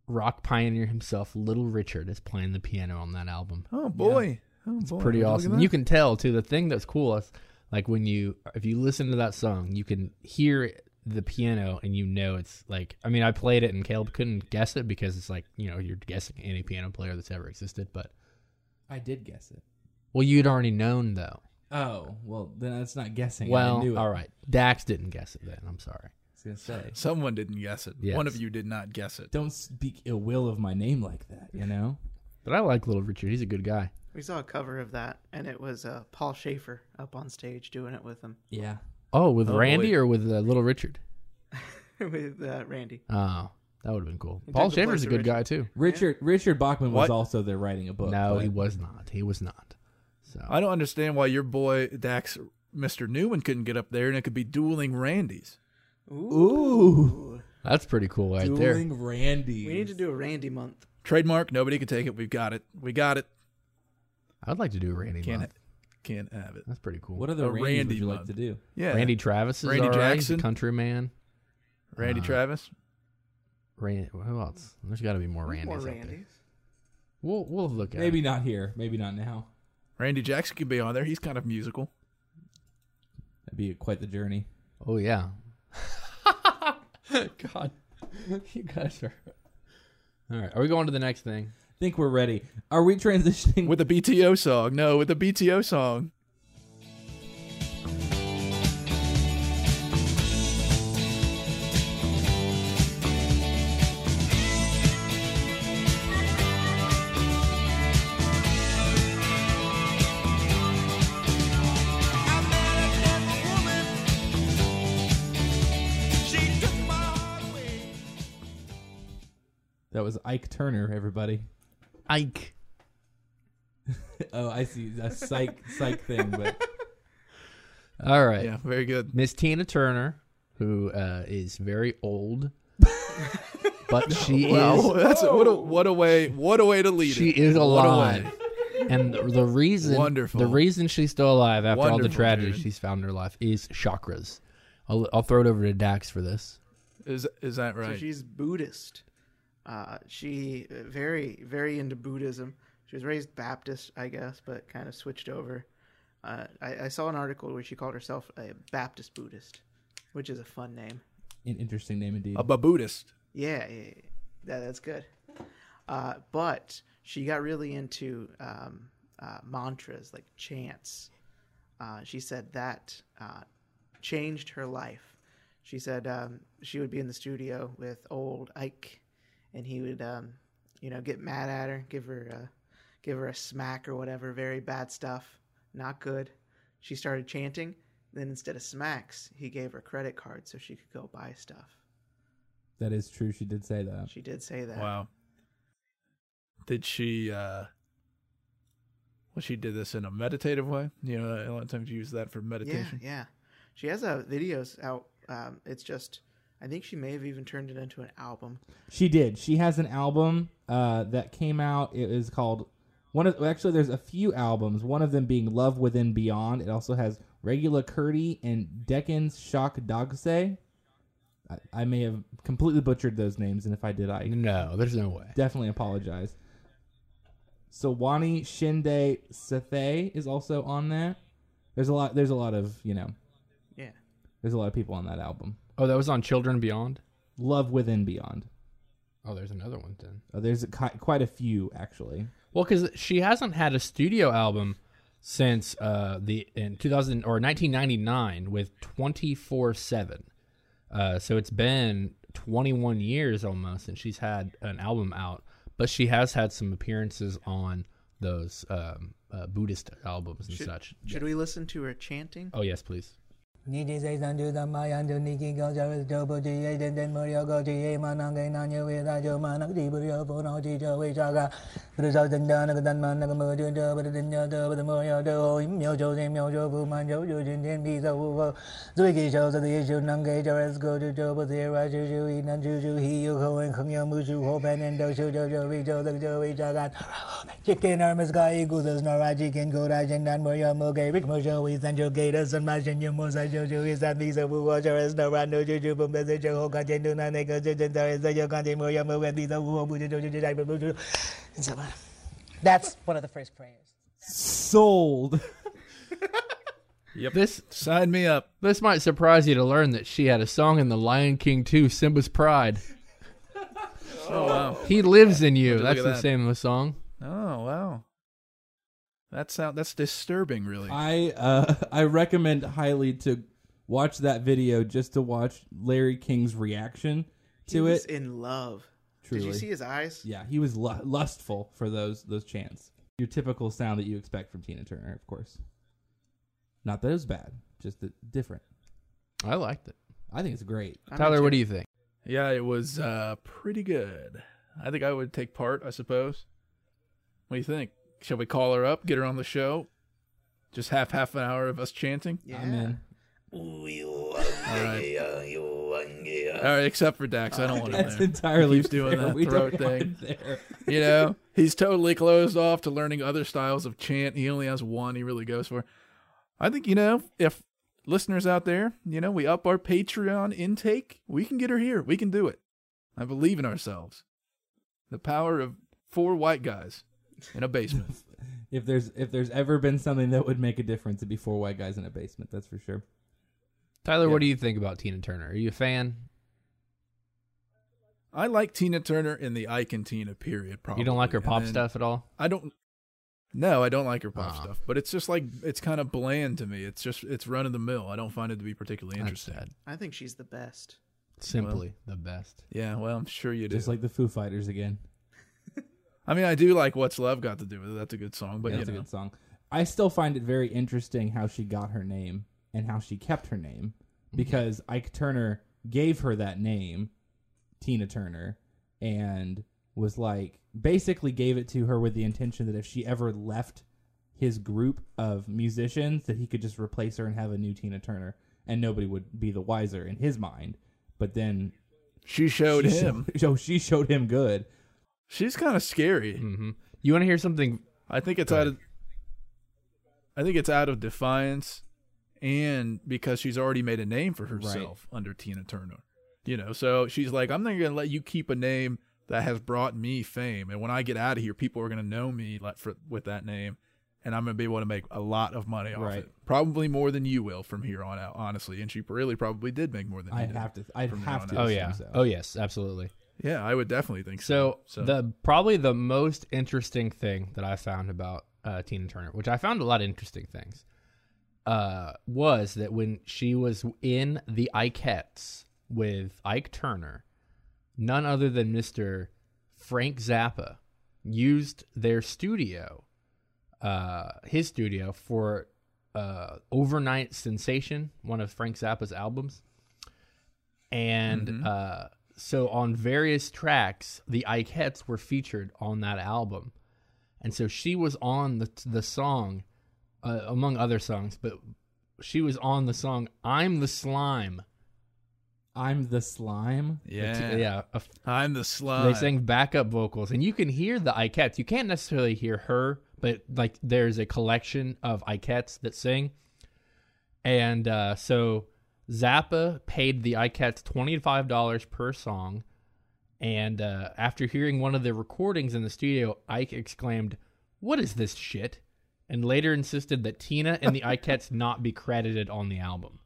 S1: Rock Pioneer himself, Little Richard, is playing the piano on that album
S5: Oh boy, oh boy,
S1: pretty
S5: Look at
S1: awesome.
S5: that.
S1: You can tell too. The thing that's cool is like when you if you listen to that song, you can hear the piano and you know it's like. I mean, I played it and Caleb couldn't guess it because it's like you know you're guessing any piano player that's ever existed. But
S3: I did guess it.
S1: well, you'd already known though.
S3: Oh well, then that's not guessing. I knew
S1: Well,
S3: it.
S1: all right. Dax didn't guess it then. I'm sorry.
S3: I was gonna say,
S5: Someone didn't guess it.
S1: Yes.
S5: One of you did not guess it.
S3: don't speak ill will of my name like that. You know.
S1: But I like Little Richard. He's a good guy.
S4: We saw a cover of that, and it was uh, Paul Schaefer up on stage doing it with him,
S3: Yeah.
S1: Oh, with
S5: Oh,
S1: Randy
S5: boy.
S1: or with uh, Little Richard?
S4: with uh, Randy.
S1: Oh, that would have been cool.
S4: He
S1: Paul
S4: took the
S1: Schaefer's
S4: place
S1: a
S4: of
S1: good
S4: Richard.
S1: guy too.
S3: Richard Richard Bachman was
S5: What?
S3: also there writing a book.
S1: No,
S3: but
S1: he was not. He was not. So
S5: I don't understand why your boy Dax Mr. Newman couldn't get up there and it could be dueling Randy's.
S3: Ooh.
S1: that's pretty cool right there.
S3: dueling Randy.
S4: We need to do a Randy month.
S5: Trademark, nobody could take it. We've got it. We got it.
S1: I'd like to do a Randy
S5: Can't
S1: month.
S5: can't have it.
S1: That's pretty cool.
S3: What other
S5: A
S3: Randys
S5: Randy
S3: would you like
S5: month.
S3: to do?
S5: Yeah.
S1: Randy Travis is
S5: Randy
S1: all right.
S5: Jackson.
S1: He's a country man.
S5: Randy
S1: uh,
S5: Travis.
S1: Randy, who else? There's got to be more Randys.
S4: More
S1: out there.
S4: Randys.
S1: We'll we'll look at
S3: Maybe
S1: it.
S3: not here. Maybe not now.
S5: Randy Jackson could be on there. He's kind of musical.
S3: That'd be quite the journey.
S1: Oh yeah. God, you guys are. All right, are we going to the next thing?
S3: think we're ready. Are we transitioning?
S5: With a BTO song. No, with a BTO song.
S3: that was Ike Turner, everybody.
S1: Ike.
S3: Oh, I see a psych psych thing, but
S1: All right,
S5: Yeah, very good.
S1: Miss Tina Turner, who uh, is very old, but she is
S5: Wow, that's a, what a what a way what a way to lead
S1: she
S5: it.
S1: is
S5: What a way.
S1: alive. And the, the reason
S5: Wonderful.
S1: the reason she's still alive after all the
S5: Wonderful,
S1: tragedy
S5: dude.
S1: she's found in her life is chakras. I'll, I'll throw it over to Dax for this.
S5: Is is that
S4: So
S5: right?
S4: she's Buddhist. Uh, she uh, very very into Buddhism. She was raised Baptist, I guess, but kind of switched over. Uh, I, I saw an article where she called herself a Baptist Buddhist, which is a fun name.
S3: an interesting name indeed.
S5: a Buddhist.
S4: Yeah, yeah, yeah. That, that's good. Uh, but she got really into um, uh, mantras like chants. Uh, she said that uh, changed her life. She said um, she would be in the studio with old Ike, and he would, um, you know, get mad at her, give her, a, give her a smack or whatever, very bad stuff, not good. She started chanting. Then instead of smacks, he gave her credit cards so she could go buy stuff.
S3: That is true. She did say that.
S4: She did say that.
S5: Wow. Did she uh well she did this in a meditative way? You know, a lot of times you use that for
S4: Yeah,
S5: meditation.
S4: yeah. She has uh, videos out. Um, it's just, I think she may have even turned it into an album.
S3: She did. She has an album uh, that came out. It is called one of. well, Actually, there's a few albums. One of them being "Love Within Beyond." It also has Regula Curdy and Deccan's Shock Dogse. I, I may have completely butchered those names, and if I did, I
S1: No, there's no way.
S3: definitely apologize. Sawani Shinde Sethe is also on there. There's a lot. There's a lot of you know.
S4: Yeah.
S3: There's a lot of people on that album.
S1: Oh, that was on Children Beyond.
S3: Love Within Beyond.
S1: Oh, there's another one then.
S3: Uh, there's a, ki- quite a few actually.
S1: Well, because she hasn't had a studio album since uh, the in 2000 or 1999 with 24 seven. Uh, so it's been 21 years almost since she's had an album out, but she has had some appearances on those um, uh, Buddhist albums and such.
S4: Should we listen to her chanting?
S1: Oh yes, please.
S9: Chicken armas guy equals us Naraji can go raj and dan moya moge rich mojo is and your gators and mash and your mosa jojo is that visa who water is no ran no juju bum bez jo ho ka jen do na ne go jen there is your kan moya moge visa who ho bujo jojo jai bu bu and so on. That's one of the first prayers.
S3: Sold.
S1: This
S5: Sign me up.
S1: this might surprise you to learn that she had a song in The Lion King 2, Simba's Pride.
S5: Oh wow.
S1: He lives in you.
S5: Look at
S1: That's the
S5: that.
S1: same song.
S5: Oh wow. That sound that's disturbing really.
S3: I uh, I recommend highly to watch that video just to watch Larry King's reaction
S4: He
S3: to
S4: was
S3: it.
S4: in love.
S3: Truly,
S4: Did you see his eyes?
S3: yeah, he was lu- lustful for those those chants. Your typical sound that you expect from Tina Turner, of course. Not that it was bad, just that different.
S1: I liked it.
S3: I think it's great.
S4: I'm
S1: Tyler,
S4: into
S1: what
S4: it.
S1: do you think?
S5: yeah, it was uh pretty good. I think I would take part, I suppose. What do you think? Shall we call her up, get her on the show? Just half half an hour of us chanting?
S4: Yeah.
S3: I'm in.
S5: All right. All right, except for Dax. I don't want him
S3: That's
S5: there.
S3: entirely
S5: Keeps doing
S3: fair.
S5: that
S3: We
S5: throat
S3: don't want
S5: thing.
S3: it there.
S5: You know, he's totally closed off to learning other styles of chant. He only has one he really goes for. I think, you know, if listeners out there, you know, we up our Patreon intake, we can get her here. We can do it. I believe in ourselves. The power of four white guys in a basement.
S3: If there's if there's ever been something that would make a difference, it'd be four white guys in a basement. That's for sure.
S1: Tyler,
S5: Yeah.
S1: what do you think about Tina Turner? Are you a fan?
S5: I like Tina Turner in the Ike and Tina period. Probably
S1: you don't like her
S5: And
S1: pop
S5: then-
S1: stuff at all?
S5: I don't. No, I don't like her pop
S1: Ah.
S5: stuff, but it's just like it's kind of bland to me. It's just it's run of the mill. I don't find it to be particularly
S1: That's
S5: interesting.
S1: sad.
S4: I think she's the best.
S1: Simply the best.
S5: Yeah, well, I'm sure you do.
S3: Just like the Foo Fighters again.
S5: I mean, I do like "What's Love Got to Do with It." That's a good song, but
S3: Yeah,
S5: you
S3: that's a
S5: know,
S3: good song. I still find it very interesting how she got her name and how she kept her name
S5: Mm-hmm.
S3: because Ike Turner gave her that name, Tina Turner, and was like basically gave it to her with the intention that if she ever left his group of musicians that he could just replace her and have a new Tina Turner and nobody would be the wiser in his mind. But then
S5: she showed
S3: she
S5: him.
S3: showed- so she showed him good.
S5: She's kind of scary.
S1: hmm You want to hear something?
S5: I think it's
S1: Go
S5: out of. I think it's out of defiance, and because she's already made a name for herself under Tina Turner, you know. So she's like, I'm not gonna let you keep a name that has brought me fame, and when I get out of here, people are gonna know me like for, with that name, and I'm gonna be able to make a lot of money off
S3: Right.
S5: it, probably more than you will from here on out, honestly. And she really probably did make more than
S3: I'd
S5: you
S3: have
S5: did.
S3: to. I'd
S5: from here
S3: have
S5: on
S3: to.
S5: out.
S1: Oh
S3: assume
S1: yeah.
S3: so.
S1: Oh yes, absolutely.
S5: Yeah, I would definitely think
S1: So,
S5: so.
S1: the probably the most interesting thing that I found about uh, Tina Turner, which I found a lot of interesting things, uh, was that when she was in the Ikeettes with Ike Turner, none other than Mister Frank Zappa used their studio, uh, his studio for uh, "Overnight Sensation," one of Frank Zappa's albums, and. Uh, so on various tracks, the Ikeettes were featured on that album, and so she was on the the song, uh, among other songs, but she was on the song "I'm the Slime."
S3: I'm the slime.
S5: yeah,
S1: yeah. a-
S5: I'm the slime.
S1: they sang backup vocals, and you can hear the Ikeettes. You can't necessarily hear her, but like there's a collection of Ikeettes that sing, and uh, so Zappa paid the Ikeettes twenty five dollars per song, and uh, after hearing one of the recordings in the studio, Ike exclaimed, "What is this shit?" and later insisted that Tina and the Ikeettes not be credited on the album.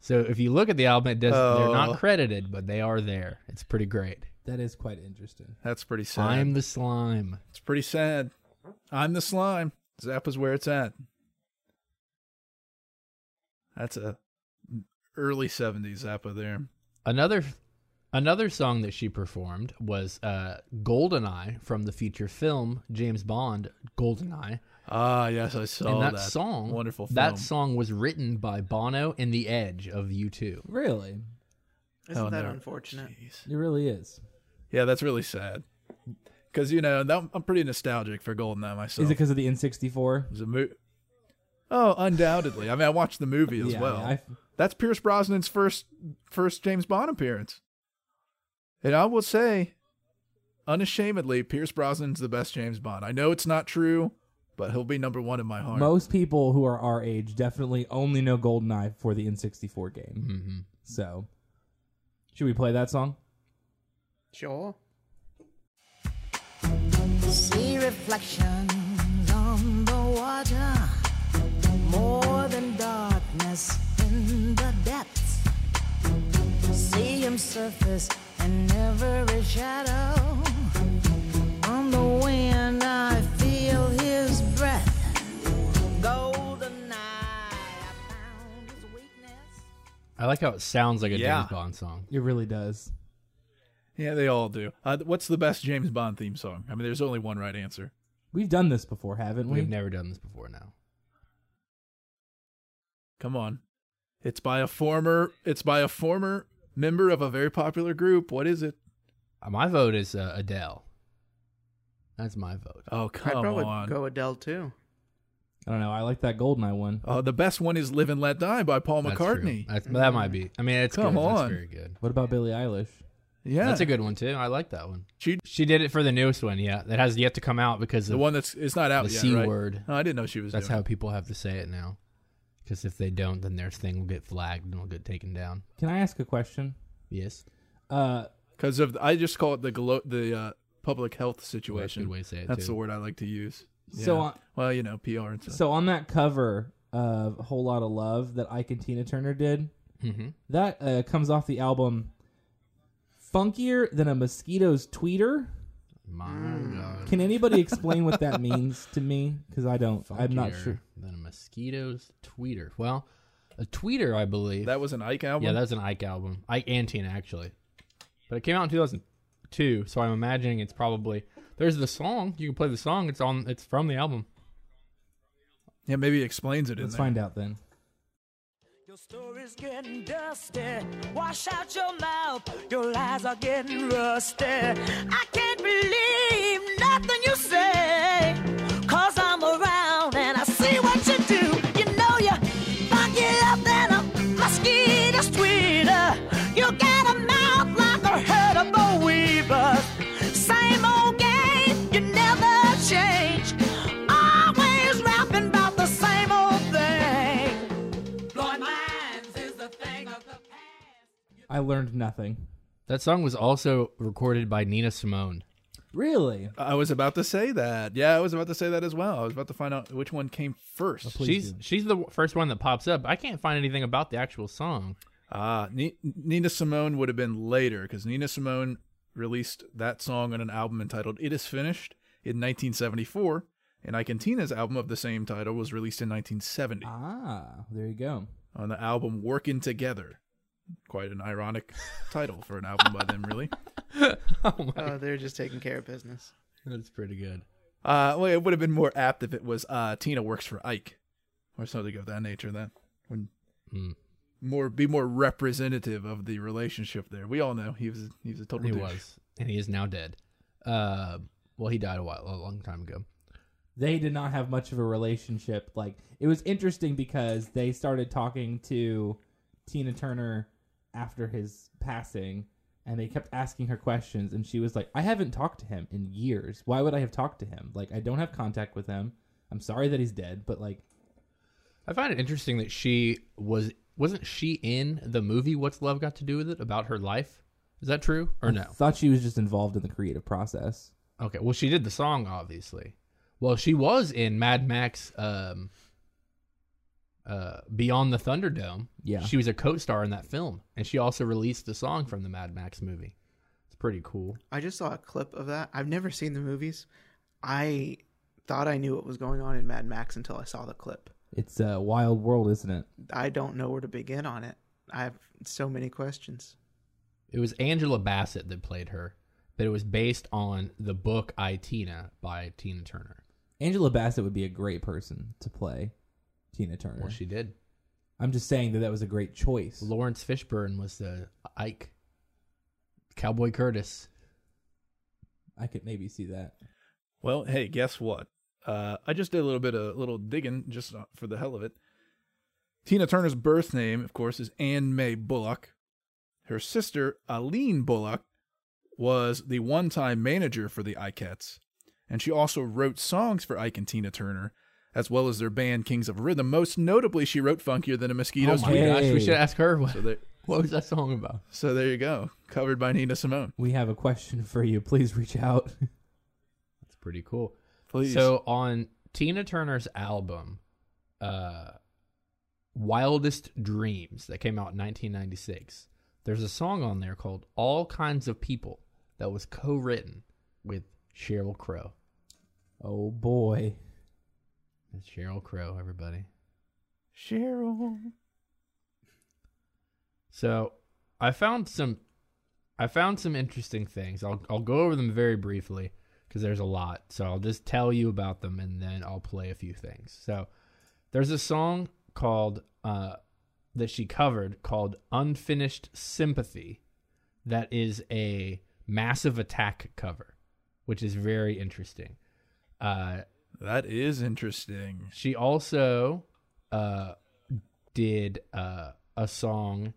S1: So if you look at the album, it does, they're
S5: Oh.
S1: not credited, but they are there. It's pretty great.
S3: That is quite interesting.
S5: That's pretty sad.
S1: I'm the slime.
S5: It's pretty sad. I'm the slime. Zappa's where it's at. That's a early '70s Zappa there.
S1: Another another song that she performed was uh, "Goldeneye" from the feature film James Bond, "Goldeneye,"
S5: Ah, yes, I saw
S1: and that,
S5: that
S1: song,
S5: Wonderful film.
S1: that song was written by Bono and The Edge of U2.
S3: Really,
S5: Oh,
S4: Isn't that
S5: no.
S4: unfortunate?
S5: Jeez.
S3: it really is.
S5: Yeah, that's really sad. Because you know, that, I'm pretty nostalgic for Goldeneye myself.
S3: Is it because of the N64?
S5: It was a mo- oh, undoubtedly. I mean, I watched the movie as
S3: Yeah,
S5: well.
S3: I-
S5: That's Pierce Brosnan's first first James Bond appearance. And I will say, unashamedly, Pierce Brosnan's the best James Bond. I know it's not true, but he'll be number one in my heart.
S3: Most people who are our age definitely only know GoldenEye for the N64 game.
S1: Mhm.
S3: So, should we play that song?
S4: Sure.
S2: See reflections on the water, more than darkness in the depths. See him surface in every shadow. On the wind, I feel his breath. Golden eye, I found his weakness.
S1: I like how it sounds like a
S5: Yeah.
S1: James Bond song.
S3: It really does.
S5: yeah, they all do. Uh, what's the best James Bond theme song? I mean, there's only one right answer.
S3: We've done this before, haven't we?
S1: We've never done this before now.
S5: Come on. It's by a former it's by a former member of a very popular group. What is it?
S1: Uh, My vote is uh, Adele. That's my vote.
S5: Oh, come
S4: I'd probably
S5: on.
S4: go Adele too.
S3: I don't know. I like that GoldenEye one.
S5: Oh, the best one is "Live and Let Die" by Paul
S1: That's
S5: McCartney.
S1: true. That's, that might be. I mean, it's
S5: Come
S1: good.
S5: on.
S1: That's very good.
S3: What about Billie Eilish?
S5: Yeah,
S1: That's a good one too. I like that one.
S5: She-
S1: she did it for the newest one. Yeah, that has yet to come out because
S5: the
S1: of,
S5: one that's it's not out
S1: the
S5: yet.
S1: C
S5: right?
S1: word.
S5: Oh, I didn't know she was.
S1: that's
S5: doing
S1: how people have to say it now. Because if they don't, then their thing will get flagged and will get taken down.
S3: Can I ask a question?
S1: Yes,
S3: Uh,
S5: because of I just call it the glo- the uh, public health situation.
S1: good way to say it, too.
S5: that's the word I like to use.
S3: So
S5: Yeah.
S3: on-
S5: well, you know, PR and stuff.
S3: so on that cover of "Whole Lot of Love" that Ike and Tina Turner did,
S1: Mhm.
S3: that uh, comes off the album "Funkier Than a Mosquito's Tweeter."
S1: my God,
S3: Can anybody explain what that means to me? Because I don't. I'm not
S1: funkier
S3: sure.
S1: Than a mosquito's tweeter. Well, a tweeter, I believe.
S5: that was an Ike album.
S1: yeah, that was an Ike album. Ike and Tina actually, but it came out in 2002. So I'm imagining it's probably there's the song. You can play the song. It's on. It's from the album.
S5: yeah, maybe it explains it in
S3: Let's
S5: there.
S3: find out then.
S2: Your story's getting dusty. Wash out your mouth. Your lies are getting rusty. I can't believe nothing you say. Cause I'm around and I see what you do. You know you fuck it up than a mosquito's tweeter. You got a mouth like a herd of boll weavers. Same old game, you never change. Always rapping about the same old thing. Blowing minds is the thing of the past.
S3: I learned nothing.
S1: That song was also recorded by Nina Simone.
S3: Really?
S5: I was about to say that. Yeah, I was about to say that as well. I was about to find out which one came first.
S3: Please
S1: she's
S3: do.
S1: she's the first one that pops up. I can't find anything about the actual song.
S5: Ah, Ni- Nina Simone would have been later because Nina Simone released that song on an album entitled "It Is Finished" in 1974, and Ike and Tina's album of the same title was released in 1970
S3: Ah, there you go.
S5: on the album "Working Together." Quite an ironic title for an album by them, really.
S1: oh my,
S4: Oh, they're just taking care of business.
S1: that's pretty good.
S5: Uh, well, it would have been more apt if it was uh, "Tina Works for Ike" or something of that nature. Then would
S1: Hmm.
S5: more be more representative of the relationship there. We all know he was he was a total
S1: He
S5: douche.
S1: was, and he is now dead. Uh, well, he died a while, a long time ago.
S3: they did not have much of a relationship. Like it was interesting because they started talking to Tina Turner after his passing and they kept asking her questions and she was like, "I haven't talked to him in years. Why would I have talked to him? Like I don't have contact with him. I'm sorry that he's dead, but like
S1: I find it interesting that she was wasn't she in the movie What's Love Got to Do with It about her life? Is that true or no?
S3: I thought she was just involved in the creative process.
S1: Okay, well she did the song obviously. Well, she was in Mad Max um uh Beyond the Thunderdome.
S3: Yeah.
S1: She was a co-star in that film and she also released the song from the Mad Max movie. It's pretty cool.
S4: I just saw a clip of that. I've never seen the movies. I thought I knew what was going on in Mad Max until I saw the clip.
S3: It's a wild world, isn't it?
S4: I don't know where to begin on it. I have so many questions.
S1: It was Angela Bassett that played her, but it was based on the book I Tina by Tina Turner.
S3: Angela Bassett would be a great person to play Tina Turner.
S1: Well, she did.
S3: I'm just saying that that was a great choice.
S1: Lawrence Fishburne was the Ike. Cowboy Curtis.
S3: I could maybe see that.
S5: Well, hey, guess what? Uh, I just did a little bit of little digging just for the hell of it. Tina Turner's birth name, of course, is Anne Mae Bullock. Her sister, Aline Bullock, was the one time manager for the Ikeettes, and she also wrote songs for Ike and Tina Turner, as well as their band Kings of Rhythm. Most notably, she wrote Funkier Than a
S1: Oh
S5: Mosquito's
S1: my
S5: Tweet.
S1: gosh,
S3: Hey.
S1: we should ask her what,
S5: So there,
S1: what was that song about.
S5: so there you go. Covered by Nina Simone.
S3: We have a question for you. Please reach out.
S1: It's pretty cool.
S5: Please.
S1: So on Tina Turner's album, uh, Wildest Dreams, that came out in 1996, there's a song on there called All Kinds of People that was co written with Cheryl Crow.
S3: oh boy.
S1: That's Cheryl Crow, everybody.
S5: Cheryl.
S1: So I found some I found some interesting things. I'll I'll go over them very briefly because there's a lot. So I'll just tell you about them and then I'll play a few things. So there's a song called uh that she covered called Unfinished Sympathy that is a massive attack cover, which is very interesting. Uh
S5: That is interesting.
S1: she also uh, did uh, a song,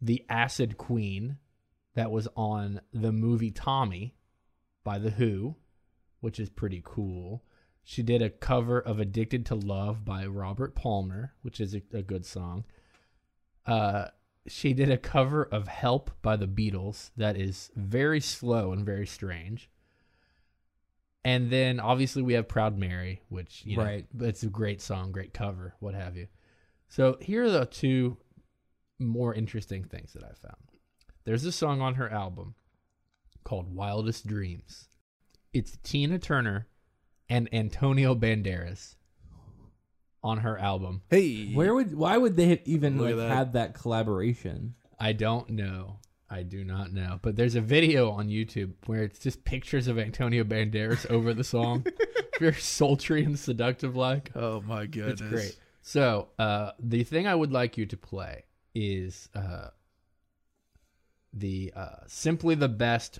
S1: "The Acid Queen," that was on the movie Tommy by The Who, which is pretty cool. She did a cover of "Addicted to Love" by Robert Palmer, which is a, a good song. Uh, she did a cover of "Help" by the Beatles that is very slow and very strange. And then obviously we have Proud Mary, which you know,
S3: Right.
S1: it's a great song, great cover, what have you. So here are the two more interesting things that I found. There's a song on her album called Wildest Dreams. It's Tina Turner and Antonio Banderas on her album.
S5: Hey.
S3: Where would why would they have even
S5: Look at
S3: like,
S5: that.
S3: had that collaboration?
S1: I don't know. I do not know. But there's a video on YouTube where it's just pictures of Antonio Banderas over the song. Very sultry and seductive like.
S5: Oh my goodness.
S1: It's great. So, uh, the thing I would like you to play is uh, the uh, Simply the Best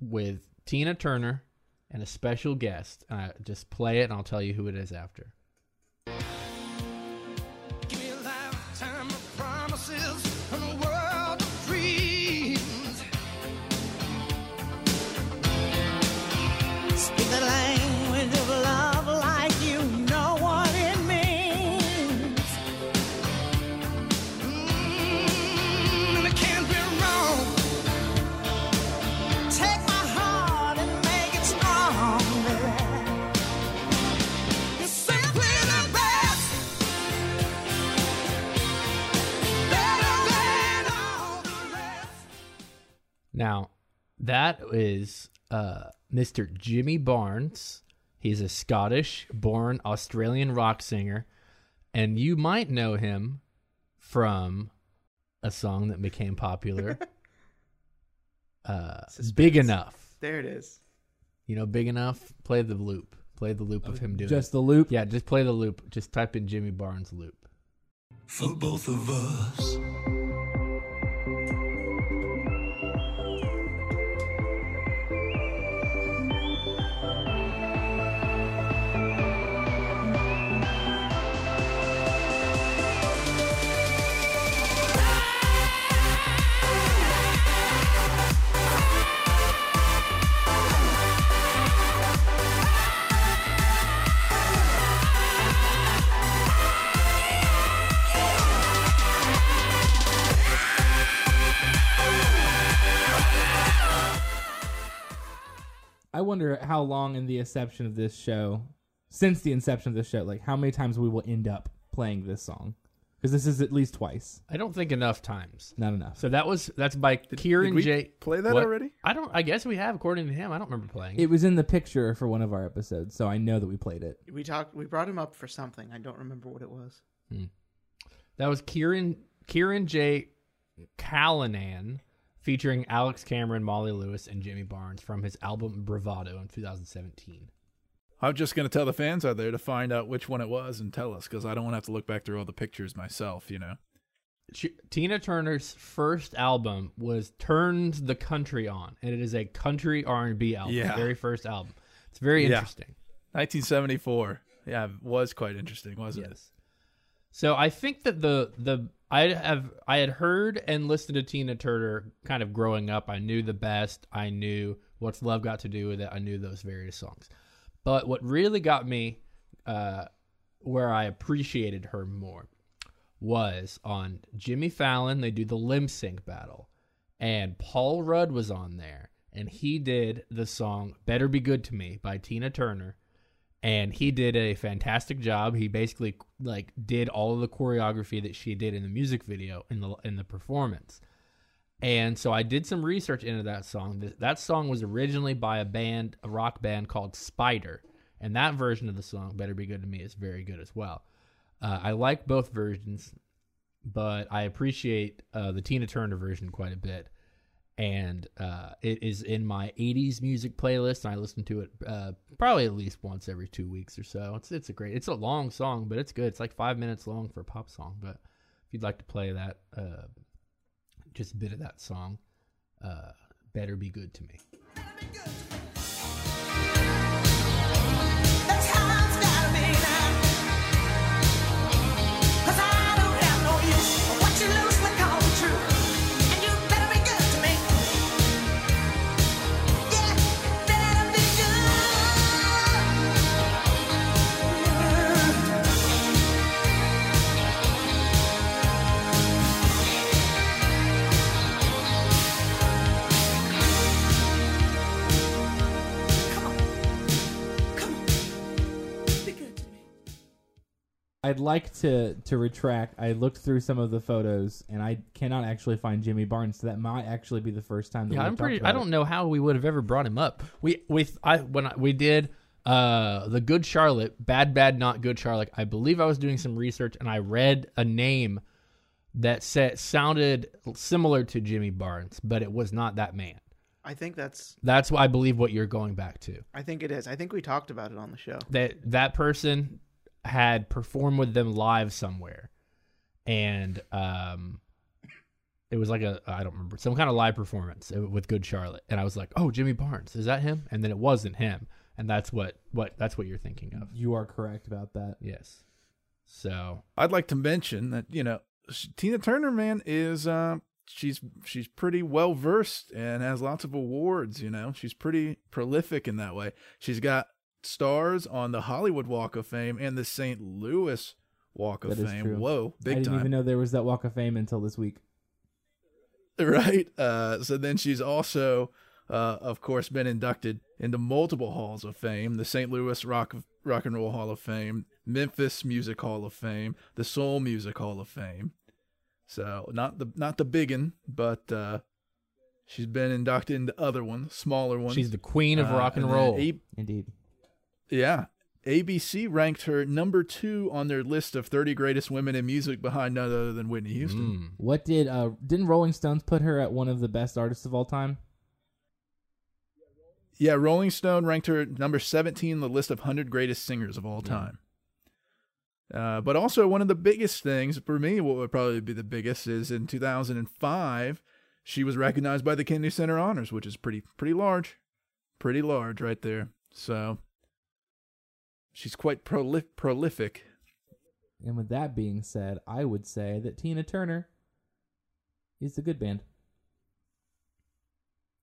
S1: with Tina Turner and a special guest. Uh, just play it and I'll tell you who it is after.
S6: Give me a lifetime of promises and a world of dreams.
S2: Speak the language of love like you know what it means.
S6: Mm, and it can't be wrong.
S2: Take my heart and make it stronger. You're simply the best. Better than all the rest.
S1: Now, that is uh, Mr. Jimmy Barnes. He's a Scottish born Australian rock singer, and you might know him from a song that became popular uh, Big Enough.
S4: There it is.
S1: You know, Big Enough? Play the loop. Play the
S5: Oh,
S1: loop of him doing
S3: Just the loop.
S1: it. Yeah, just play the loop. Just type in Jimmy Barnes loop.
S6: For both of us.
S3: I wonder how long in the inception of this show, since the inception of this show, like how many times we will end up playing this song because this is at least twice.
S1: I don't think enough times.
S3: Not enough.
S1: So that was that's by Kieran
S5: did we
S1: J.
S5: play that already?
S1: I don't. I guess we have, according to him. I don't remember playing.
S3: it was in the picture for one of our episodes, so I know that we played it.
S4: We talked. We brought him up for something. I don't remember what it was.
S1: That was Kieran Kieran J. Callanan featuring Alex Cameron, Molly Lewis, and Jimmy Barnes from his album Bravado in 2017.
S5: I'm just going to tell the fans out there to find out which one it was and tell us because I don't want to have to look back through all the pictures myself, you know?
S1: She, Tina Turner's first album was "Turns the Country On," and it is a country R and B album.
S5: Yeah.
S1: very first album. It's very
S5: Yeah.
S1: interesting.
S5: 1974. Yeah, it was quite interesting, wasn't it?
S1: Yes. So I think that the the I have I had heard and listened to Tina Turner kind of growing up. I knew the best. I knew what's love got to do with it. I knew those various songs. But what really got me uh, where I appreciated her more was on Jimmy Fallon. They do the limb sync battle, and Paul Rudd was on there, and he did the song "Better Be Good to Me" by Tina Turner and he did a fantastic job. He basically like did all of the choreography that she did in the music video in the in the performance. And so I did some research into that song. Th- That song was originally by a band, a rock band called Spider, and that version of the song "Better Be Good to Me" is very good as well. Uh, I like both versions, but I appreciate uh, the Tina Turner version quite a bit and uh, it is in my 80s music playlist and i listen to it uh, probably at least once every two weeks or so it's, it's a great it's a long song but it's good it's like five minutes long for a pop song but if you'd like to play that uh, just a bit of that song uh, better be good to me
S3: I'd like to to retract. I looked through some of the photos, and I cannot actually find Jimmy Barnes. So that might actually be the first time. That
S1: yeah
S3: we've
S1: i'm pretty
S3: Talked about
S1: i don't know how we would have ever brought him up we we i when I, we did uh the good charlotte bad bad not good charlotte i believe i was doing some research and i read a name that said sounded similar to jimmy barnes but it was not that man
S4: I think that's.
S1: that's what i believe what you're going back to
S4: I think it is. I think we talked about it on the show.
S1: that that person had performed with them live somewhere and um it was like a i don't remember some kind of live performance uh, with good charlotte and i was like oh jimmy barnes is that him and then it wasn't him and that's what what that's what you're thinking of
S3: it. You are correct about that.
S1: yes so
S5: I'd like to mention that you know sh- Tina Turner, man, is uh, she's she's pretty well versed and has lots of awards. You know, she's pretty prolific in that way. She's got stars on the Hollywood Walk of Fame and the St. Louis Walk of
S3: That is
S5: Fame.
S3: true.
S5: Whoa,
S3: I
S5: big
S3: didn't
S5: time,
S3: even know there was that Walk of Fame until this week.
S5: right? Uh, so then she's also, uh, of course, been inducted into multiple halls of fame: the St. Louis Rock of, Rock and Roll Hall of Fame, Memphis Music Hall of Fame, the Soul Music Hall of Fame. So not the not the big one, but uh, she's been inducted into other ones, smaller ones.
S1: she's the queen of
S5: Uh,
S1: rock and
S5: then
S1: roll
S5: A-
S3: Indeed.
S5: yeah. ABC ranked her number two on their list of 30 greatest women in music behind none other than Whitney Houston.
S1: Mm.
S3: What did uh didn't Rolling Stones put her at one of the best artists of all time?
S5: Yeah, Rolling Stone ranked her number 17 on the list of 100 greatest singers of all
S4: Hmm.
S5: time. Uh, but also, one of the biggest things for me, what would probably be the biggest, is in 2005, she was recognized by the Kennedy Center Honors, which is pretty pretty large, pretty large right there. So she's quite prolif- prolific.
S3: And with that being said, I would say that Tina Turner is the good band.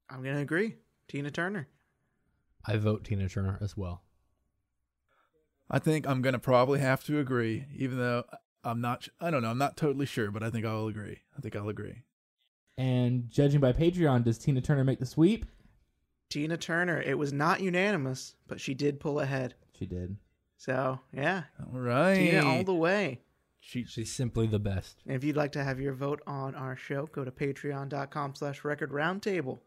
S4: I'm gonna agree. Tina Turner.
S1: i vote tina turner as well
S5: I think I'm gonna probably have to agree, even though I'm not. I don't know. I'm not totally sure, but I think I'll agree. I think I'll agree.
S3: And judging by Patreon, does Tina Turner make the sweep?
S4: Tina Turner. It was not unanimous, but she did pull ahead.
S3: She did.
S4: So yeah,
S5: All right.
S4: Tina all the way.
S5: she,
S1: she's simply the best
S4: And if you'd like to have your vote on our show, go to patreon.com slash record roundtable.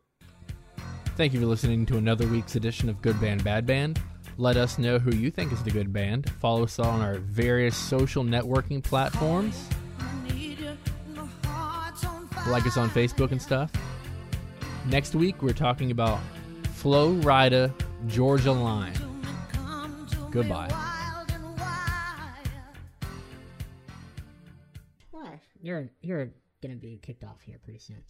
S1: Thank you for listening to another week's edition of Good Band Bad Band. Let us know who you think is the good band. Follow us on our various social networking platforms. Like us on Facebook and stuff. Next week, we're talking about Flo Rida Georgia Line. Goodbye.
S10: What? You're you're gonna be kicked off here pretty soon.